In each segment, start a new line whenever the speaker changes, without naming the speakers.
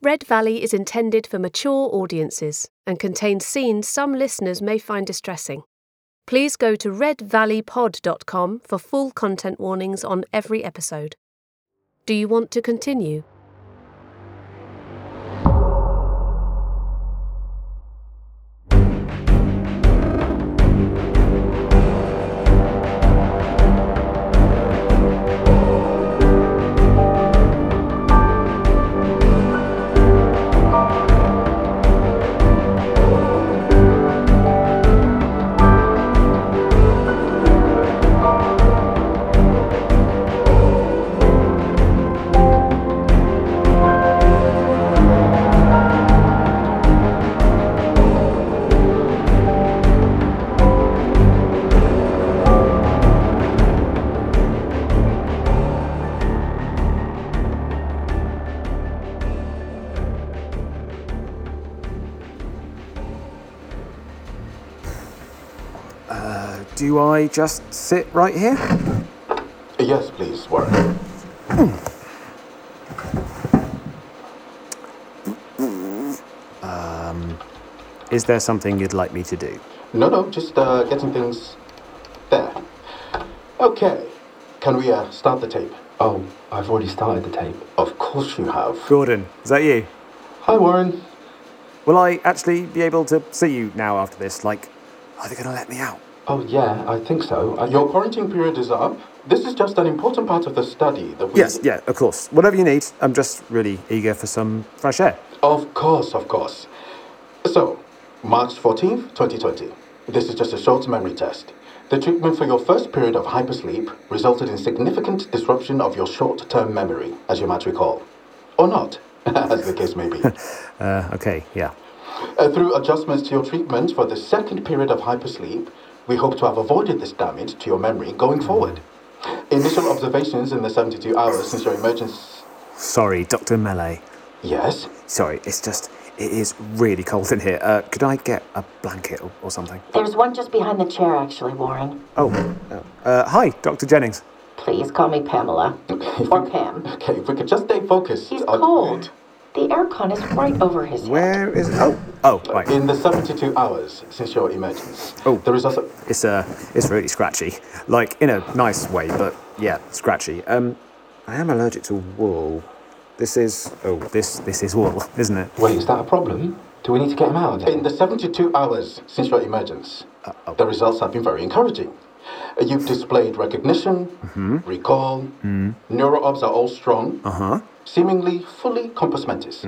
Red Valley is intended for mature audiences and contains scenes some listeners may find distressing. Please go to redvalleypod.com for full content warnings on every episode. Do you want to continue?
Do I just sit right here?
Yes, please, Warren.
Is there something you'd like me to do?
No, no, just uh, getting things there. Okay, can we uh, start the tape?
Oh, I've already started the tape.
Of course you have.
Gordon, is that you?
Hi, Warren.
Will I actually be able to see you now after this? Like, are they going to let me out?
Oh, yeah, I think so. I,
Your quarantine period is up. This is just an important part of the study that we.
Yes, yeah, of course. Whatever you need. I'm just really eager for some fresh air.
Of course, of course. So, March 14th, 2020. This is just a short memory test. The treatment for your first period of hypersleep resulted in significant disruption of your short term memory, as you might recall. Or not, as the case may be.
Uh, okay, yeah.
Uh, through adjustments to your treatment for the second period of hypersleep, we hope to have avoided this damage to your memory going forward. Initial observations in the 72 hours since your emergence.
Sorry, Dr. Melee.
Yes?
Sorry, it's just, it is really cold in here. Uh, could I get a blanket or, or something?
There's one just behind the chair, actually, Warren.
Oh, uh, hi, Dr. Jennings.
Please call me Pamela. Or Pam.
Okay, if we could just stay focused.
He's
on-
cold. The aircon is right over his head.
Where is, oh, oh, right.
In the 72 hours since your emergence.
Oh.
The results. of-
It's uh, it's really scratchy, like in a nice way, but yeah, scratchy. Um, I am allergic to wool. This is oh, this this is wool, isn't it?
wait, is that a problem? Do we need to get him out of there?
In the 72 hours since your emergence, the results have been very encouraging. Uh, You've displayed recognition, recall, neural orbs are all strong, seemingly fully compass mentis.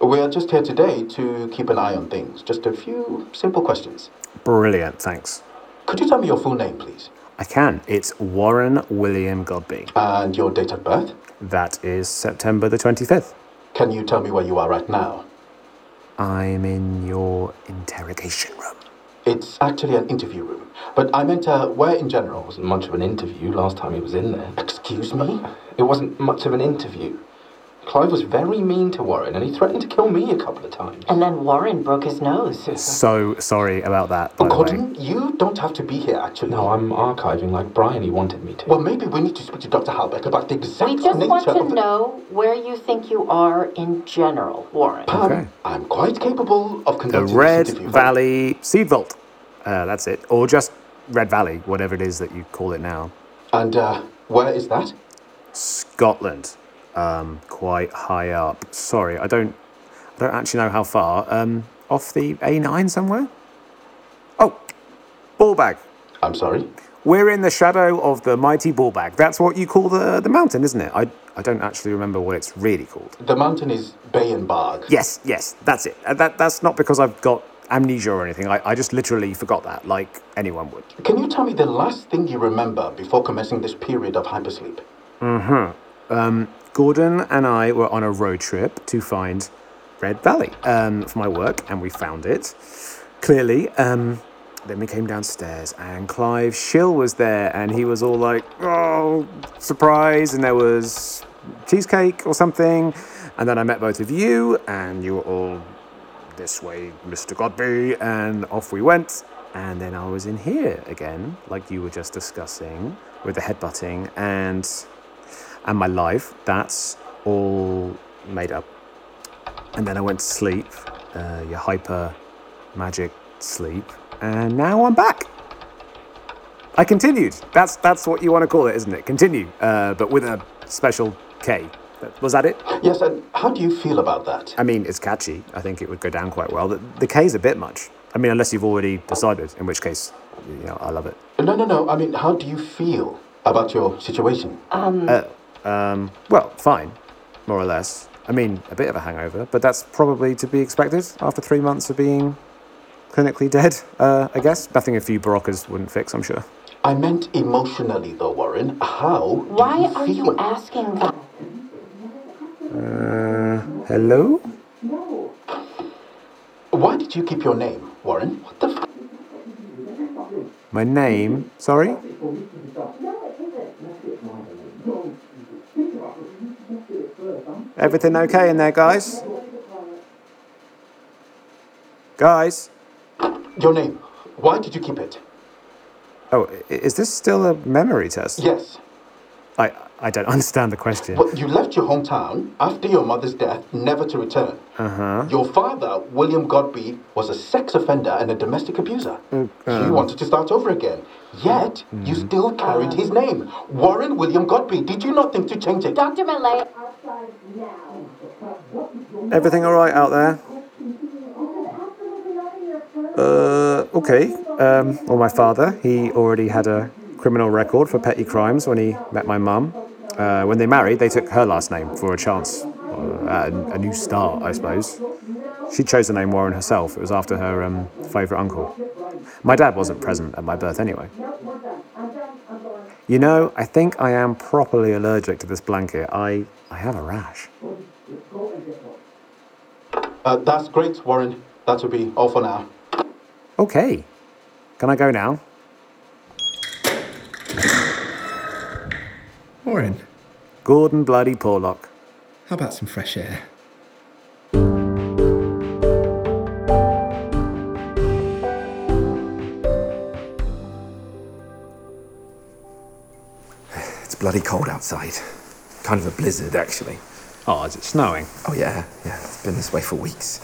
We are just here today to keep an eye on things. Just a few simple questions.
Brilliant, thanks.
Could you tell me your full name, please?
I can. It's Warren William Godby.
And your date of birth?
That is September the twenty fifth.
Can you tell me where you are right now?
I'm in your interrogation room.
It's actually an interview room, but I meant uh, where in general.
wasn't much of an interview last time he was in there.
Excuse me?
It wasn't much of an interview. Clive was very mean to Warren and he threatened to kill me a couple of times.
And then Warren broke his nose.
So sorry about that. By the way.
Gordon, you don't have to be here, actually.
No, I'm archiving like Brian he wanted me to.
Well, maybe we need to speak to Dr. Halbeck about the exact
We just
nature
want to
of the... Um,
know where you think you are in general, Warren.
Um,
Okay.
I'm quite capable of
The
conducting this
Red
interview.
Valley Seed Vault. Uh, that's it, or just Red Valley, whatever it is that you call it now.
And uh, where is that?
Scotland, um, quite high up. Sorry, I don't, I don't actually know how far. Um, off the A9 somewhere. Oh, ball bag.
I'm sorry.
We're in the shadow of the mighty ball bag. That's what you call the the mountain, isn't it? I I don't actually remember what it's really called.
The mountain is Bayenbarg.
Yes, yes, that's it. Uh, That that's not because I've got amnesia or anything. I, I just literally forgot that, like anyone would.
Can you tell me the last thing you remember before commencing this period of hypersleep?
Gordon and I were on a road trip to find Red Valley um, for my work, and we found it. clearly. Um, then we came downstairs and Clive Schill was there and he was all like, oh, surprise. And there was cheesecake or something. And then I met both of you and you were all this way, Mr. Godby. And off we went. And then I was in here again, like you were just discussing with the headbutting and and my life. That's all made up. And then I went to sleep, uh, your hyper magic sleep, and now I'm back. I continued. That's that's what you want to call it, isn't it? Continue, uh, but with a special K. That- Was that it?
Yes, and how do you feel about that?
I mean, it's catchy. I think it would go down quite well. The, the K's a bit much. I mean, unless you've already decided, in which case, you know, I love it.
No, no, no. I mean, how do you feel about your situation?
Well, fine, more or less. I mean, a bit of a hangover, but that's probably to be expected after three months of being clinically dead, uh, I guess. Nothing a few Baroccas wouldn't fix, I'm sure.
I meant emotionally, though, Warren. How? do
Why are you
feel?
asking that?
Hello?
Why did you keep your name, Warren? What the f?
My name? Sorry? Everything okay in there, guys? Guys?
Your name. Why did you keep it?
Oh, i- is this still a memory test?
Yes.
I, I don't understand the question.
But you left your hometown after your mother's death, never to return. Uh-huh. Your father, William Godby, was a sex offender and a domestic abuser. you wanted to start over again, yet you still carried his name, Warren William Godby. Did you not think to change it?
Dr. Malay,
Everything all right out there? Uh, okay. Um, well, my father, he already had a criminal record for petty crimes when he met my mum. Uh, when they married, they took her last name for a chance, uh, at a, a new start, I suppose. She chose the name Warren herself. It was after her um, favourite uncle. My dad wasn't present at my birth anyway. You know, I think I am properly allergic to this blanket. I, I have a rash.
Uh, that's great, Warren. That will be all for now.
Okay. Can I go now?
Warren,
Gordon Bloody Porlock.
how about some fresh air?
It's bloody cold outside. Kind of a blizzard, actually.
Oh, is it snowing?
Oh, yeah, yeah, it's been this way for weeks.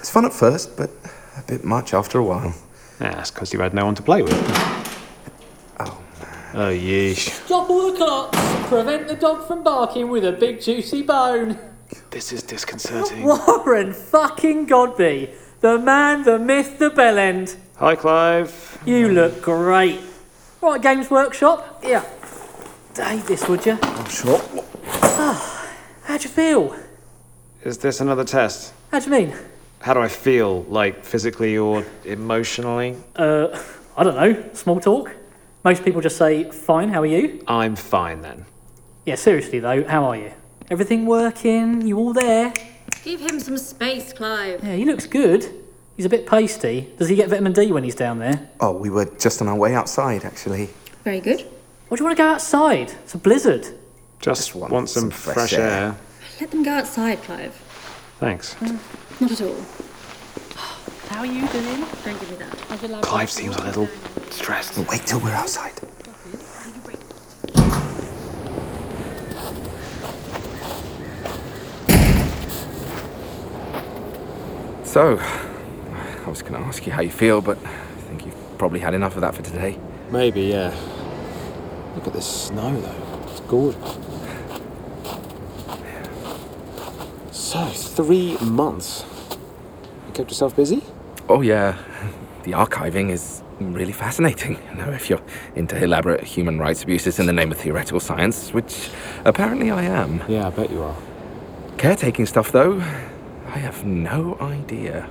It's fun at first, but a bit much after a while.
Yeah, that's because you had no one to play with. Oh, yeesh.
Drop all the clocks. Prevent the dog from barking with a big juicy bone.
This is disconcerting.
Warren fucking Godby. The man, the myth, the bell end.
Hi, Clive.
You look great. Right, Games Workshop. Yeah. Dave this, would you?
I'm sure.
How'd you feel?
Is this another test?
How'd you mean?
How do I feel, like physically or emotionally?
Uh, I don't know. Small talk. Most people just say, fine, how are you?
I'm fine then.
Yeah, seriously though, how are you? Everything working? You all there?
Give him some space, Clive.
Yeah, he looks good. He's a bit pasty. Does he get vitamin D when he's down there?
Oh, we were just on our way outside, actually.
Very good.
Or do you want to go outside? It's a blizzard.
Just
want
want, some, fresh, air.
Let them go outside, Clive.
Thanks.
Not at all.
How are you doing?
Don't give me that.
Clive seems a little stressed.
Wait till we're outside. So, I was going to ask you how you feel, but I think you've probably had enough of that for today.
Maybe, yeah. Look at this snow, though. It's gorgeous. So, three months. You kept yourself busy?
Oh, yeah, the archiving is really fascinating. You know, if you're into elaborate human rights abuses in the name of theoretical science, which apparently I am.
Yeah, I bet you are.
Caretaking stuff, though, I have no idea.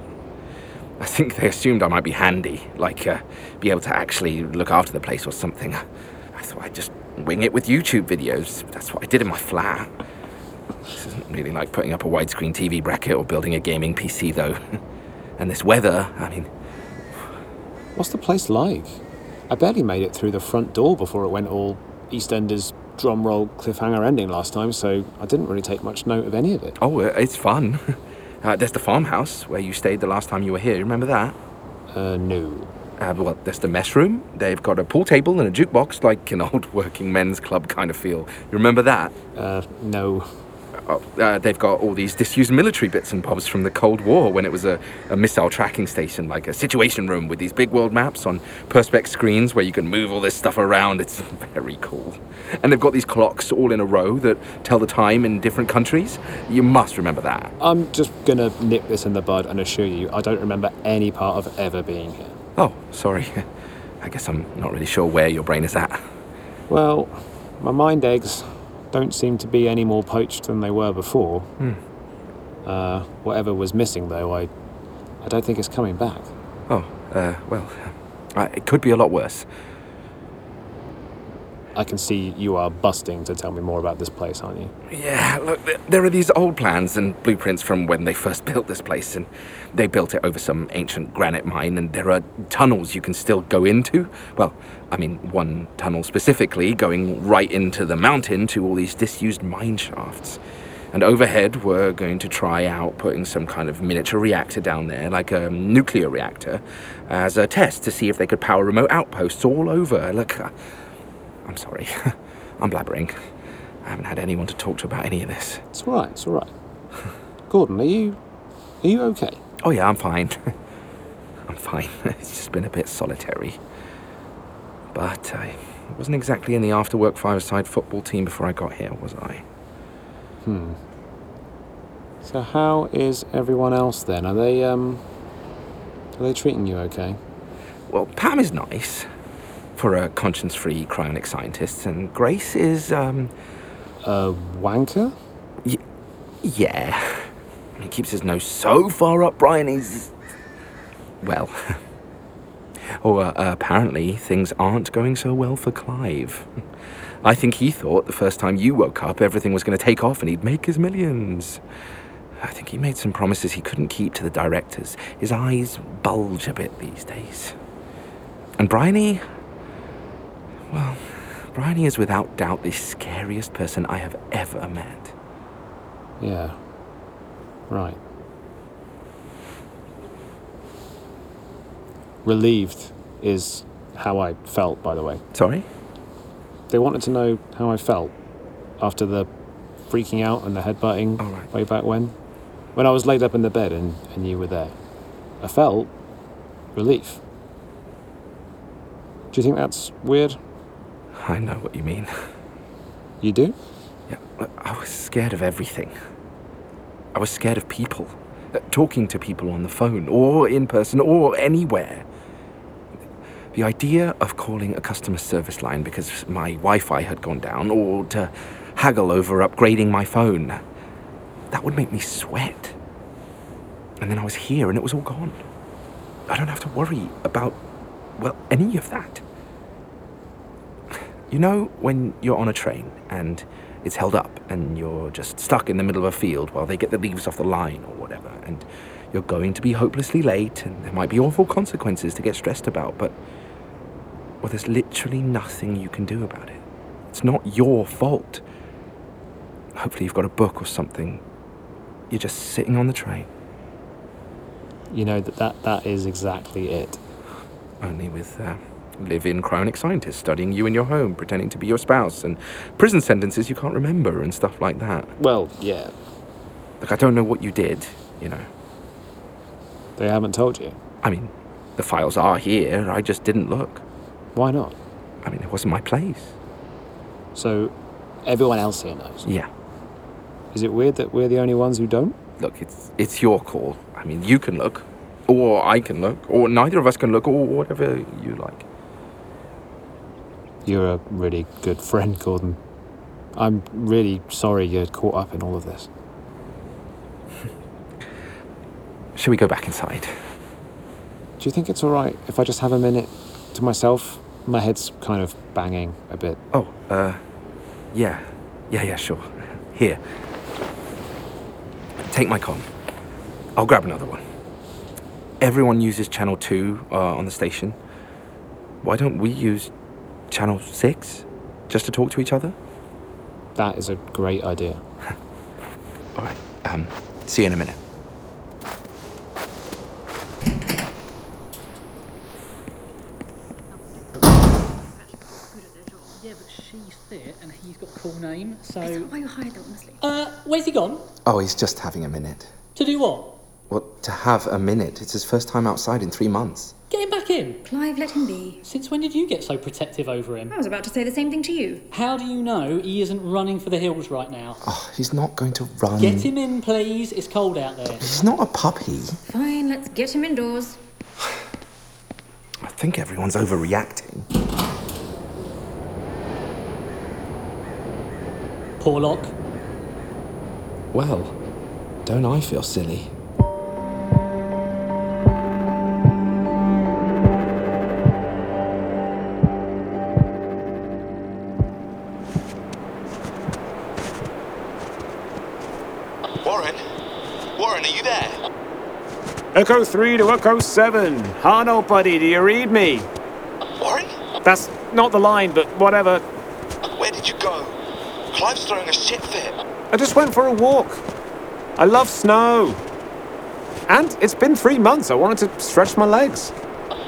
I think they assumed I might be handy, like uh, be able to actually look after the place or something. I thought I'd just wing it with YouTube videos. That's what I did in my flat. This isn't really like putting up a widescreen TV bracket or building a gaming PC, though. and this weather, I mean,
What's the place like? I barely made it through the front door before it went all EastEnders drumroll cliffhanger ending last time, so I didn't really take much note of any of it.
Oh, it's fun. Uh, there's the farmhouse where you stayed the last time you were here. Remember that?
Uh, no.
Uh, well, there's the mess room. They've got a pool table and a jukebox, like an old working men's club kind of feel. You remember that?
Uh, no.
Oh, uh, they've got all these disused military bits and bobs from the Cold War when it was a, a missile tracking station, like a situation room with these big world maps on Perspex screens where you can move all this stuff around. It's very cool. And they've got these clocks all in a row that tell the time in different countries. You must remember that.
I'm just gonna nip this in the bud and assure you I don't remember any part of ever being here.
Oh, sorry. I guess I'm not really sure where your brain is at.
Well, my mind eggs don't seem to be any more poached than they were before.
Hmm.
Uh, whatever was missing, though, I, I don't think it's coming back.
Oh, uh, well, uh, it could be a lot worse.
I can see you are busting to tell me more about this place, aren't you?
Yeah, look, th- there are these old plans and blueprints from when they first built this place, and they built it over some ancient granite mine, and there are tunnels you can still go into. Well, I mean, one tunnel specifically going right into the mountain to all these disused mine shafts. And overhead, we're going to try out putting some kind of miniature reactor down there, like a nuclear reactor, as a test to see if they could power remote outposts all over. Look, uh, I- I'm sorry. I'm blabbering. I haven't had anyone to talk to about any of this.
It's all right. It's all right. Gordon, are you, are you okay?
Oh, yeah, I'm fine. I'm fine. It's just been a bit solitary. But I wasn't exactly in the after work five side football team before I got here, was I?
Hmm. So how is everyone else then? Are they um, are they treating you okay?
Well, Pam is nice for a conscience free cryonic scientist, and Grace is, um.
A wanker?
Y- yeah. He keeps his nose so far up Brian, he's. Well. Or uh, apparently, things aren't going so well for Clive. I think he thought the first time you woke up, everything was going to take off and he'd make his millions. I think he made some promises he couldn't keep to the directors. His eyes bulge a bit these days. And Bryony? Well, Bryony is without doubt the scariest person I have ever met.
Yeah. Right. Relieved is how I felt, by the way.
Sorry?
They wanted to know how I felt after the freaking out and the headbutting way back when. When I was laid up in the bed and, and you were there. I felt relief. Do you think that's weird?
I know what you mean.
You do?
Yeah, I- I was scared of everything. I was scared of people, uh, talking to people on the phone, or in person, or anywhere. The idea of calling a customer service line because my Wi Fi had gone down, or to haggle over upgrading my phone, that would make me sweat. And then I was here and it was all gone. I don't have to worry about, well, any of that. You know, when you're on a train and it's held up and you're just stuck in the middle of a field while they get the leaves off the line or whatever, and you're going to be hopelessly late and there might be awful consequences to get stressed about, but, well, there's literally nothing you can do about it. It's not your fault. Hopefully, you've got a book or something. You're just sitting on the train,
You know that that, that is exactly it.
only with. Uh, Live in cryonic scientists studying you in your home, pretending to be your spouse, and prison sentences you can't remember, and stuff like that.
Well, yeah.
Like, I don't know what you did, you know.
They haven't told you.
I mean, the files are here, I just didn't look.
Why not?
I mean, it wasn't my place.
So everyone else here knows.
Yeah.
Is it weird that we're the only ones who don't?
Look, it's, it's your call. I mean, you can look, or I can look, or neither of us can look, or whatever you like.
You're a really good friend, Gordon. I'm really sorry you're caught up in all of this.
Shall we go back inside?
Do you think it's all right if I just have a minute to myself? My head's kind of banging a bit.
Oh, uh, yeah. Yeah, yeah, sure. Here. Take my com. I'll grab another one. everyone uses Channel 2 uh, on the station. Why don't we use Channel 6 just to talk to each other?
That is a great idea.
All right. Um, see you in a minute.
Yeah, but she's fit and he's got a cool name,
I don't
so.
know why you hired them, honestly.
Uh, where's he gone?
Oh, he's just having a minute.
To do what?
Well, to have a minute. It's his first time outside in three months.
Get him back in.
Clive, let him be.
Since when did you get so protective over him?
I was about to say the same thing to you.
How do you know he isn't running for the hills right now?
Oh, He's not going to run.
Get him in, please. It's cold out there.
He's not a puppy.
Fine, let's get him indoors.
I think everyone's overreacting.
Porlock.
Well, don't I feel silly?
Warren? Warren, are you there?
Echo 3 to Echo 7. Harnell, buddy, do you read me?
Warren?
That's not the line, but whatever.
Where did you go? Clive's throwing a shit fit.
I just went for a walk. I love snow. And it's been three months. I wanted to stretch my legs.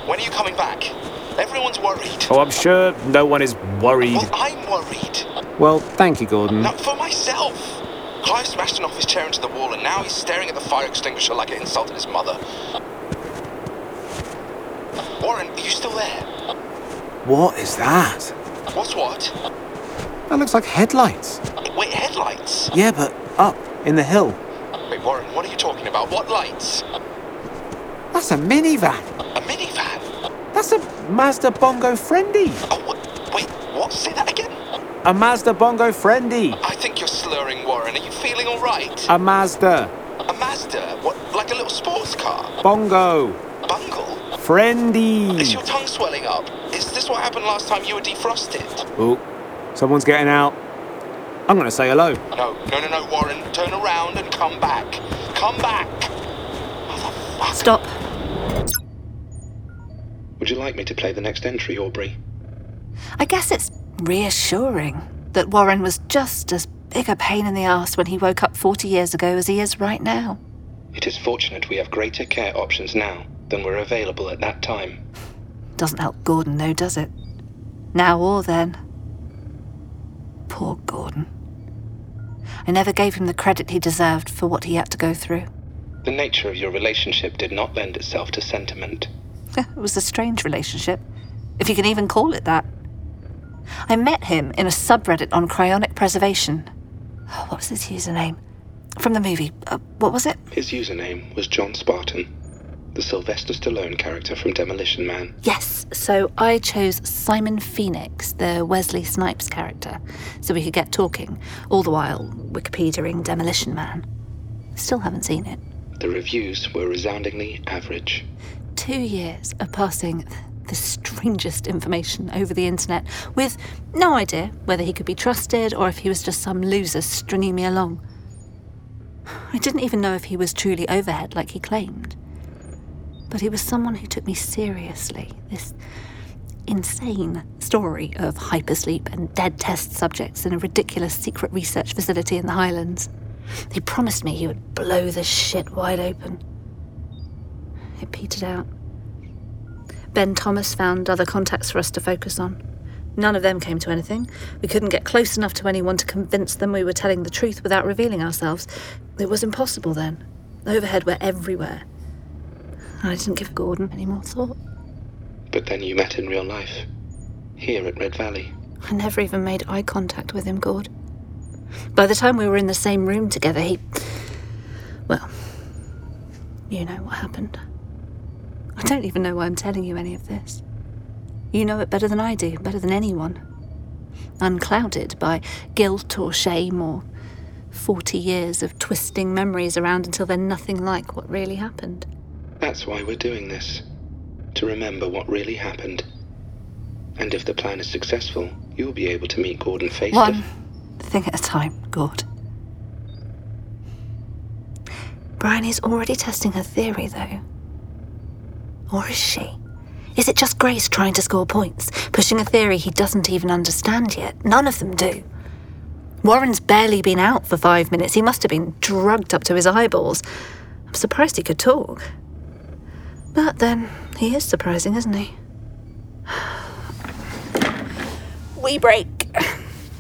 When are you coming back? Everyone's worried.
Oh, I'm sure no one is worried. Mm.
I'm worried.
Well, thank you, Gordon.
Not for myself. Clive smashed an office chair into the wall and now he's staring at the fire extinguisher like it insulted his mother. Warren, are you still there?
What is that?
What's what?
That looks like headlights.
Wait, headlights?
Yeah, but up in the hill.
Wait, Warren, what are you talking about? What lights?
That's a minivan.
A minivan?
That's a Mazda Bongo Friendly.
Wait, what? Say that again?
A Mazda Bongo Friendly.
I think you're slurring, Warren. Are you feeling alright?
A Mazda.
A Mazda? What, like a little sports car?
Bongo.
Bungle?
Friendly.
Is your tongue swelling up? Is this what happened last time you were defrosted?
Oh, someone's getting out. I'm going to say hello.
No, no, no, no, Warren. Turn around and come back. Come back.
Stop.
Would you like me to play the next entry, Aubrey?
I guess it's reassuring that Warren was just as big a pain in the ass when he woke up 40 years ago as he is right now.
It is fortunate we have greater care options now than were available at that time.
Doesn't help Gordon, though, does it? Now or then. Poor Gordon. I never gave him the credit he deserved for what he had to go through.
The nature of your relationship did not lend itself to sentiment.
it was a strange relationship, if you can even call it that. I met him in a subreddit on cryonic preservation. What was his username? From the movie. Uh, what was it?
His username was John Spartan, the Sylvester Stallone character from Demolition Man.
Yes, so I chose Simon Phoenix, the Wesley Snipes character, so we could get talking, all the while Wikipediaing Demolition Man. Still haven't seen it.
The reviews were resoundingly average.
Two years of passing the strangest information over the internet with no idea whether he could be trusted or if he was just some loser stringing me along. I didn't even know if he was truly overhead like he claimed. But he was someone who took me seriously. This insane story of hypersleep and dead test subjects in a ridiculous secret research facility in the Highlands. He promised me he would blow the shit wide open. It petered out. Ben Thomas found other contacts for us to focus on. None of them came to anything. We couldn't get close enough to anyone to convince them we were telling the truth without revealing ourselves. It was impossible then. Overhead were everywhere. I didn't give Gordon any more thought.
But then you met in real life, here at Red Valley.
I never even made eye contact with him, Gord. By the time we were in the same room together, he. Well, you know what happened. I don't even know why I'm telling you any of this. You know it better than I do, better than anyone. Unclouded by guilt or shame or 40 years of twisting memories around until they're nothing like what really happened.
That's why we're doing this. To remember what really happened. And if the plan is successful, you'll be able to meet Gordon face to
One thing at a time, Gord. Brian is already testing her theory, though. Or is she? Is it just Grace trying to score points, pushing a theory he doesn't even understand yet? None of them do. Warren's barely been out for five minutes. He must have been drugged up to his eyeballs. I'm surprised he could talk. But then, he is surprising, isn't he? We break.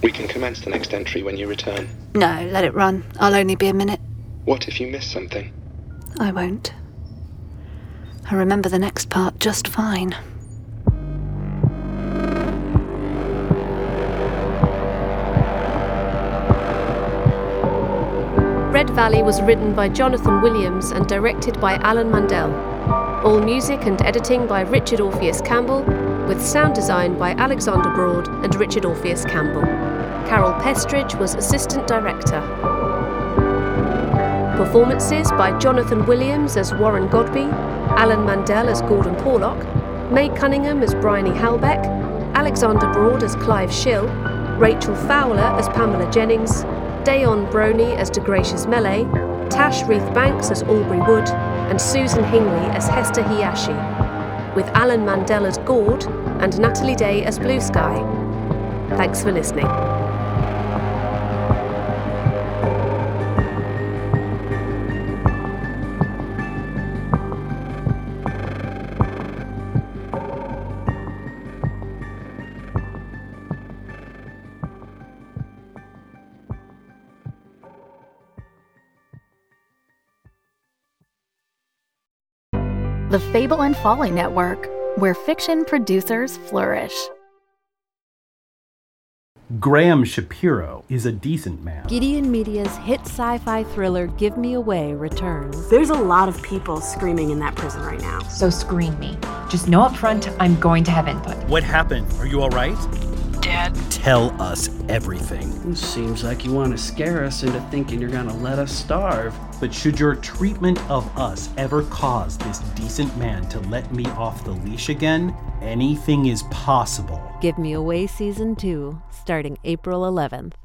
We can commence the next entry when you return.
No, let it run. I'll only be a minute.
What if you miss something?
I won't. I remember the next part just fine.
Red Valley was written by Jonathan Williams and directed by Alan Mandel. All music and editing by Richard Orpheus Campbell, with sound design by Alexander Broad and Richard Orpheus Campbell. Carol Pestridge was assistant director. Performances by Jonathan Williams as Warren Godby, Alan Mandel as Gordon Porlock, May Cunningham as Bryony Halbeck, Alexander Broad as Clive Schill, Rachel Fowler as Pamela Jennings, Dayon Brony as DeGracious Melee, Tash Reith Banks as Aubrey Wood, and Susan Hingley as Hester Hiyashi, with Alan Mandel as Gord and Natalie Day as Blue Sky. Thanks for listening.
The Fable and Folly Network, where fiction producers flourish.
Graham Shapiro is a decent man.
Gideon Media's hit sci fi thriller Give Me Away returns.
There's a lot of people screaming in that prison right now.
So screen me. Just know up front I'm going to have input.
What happened? Are you all right?
Dad.
Tell us everything.
It seems like you want to scare us into thinking you're going to let us starve.
But should your treatment of us ever cause this decent man to let me off the leash again, anything is possible.
Give Me Away Season 2, starting April 11th.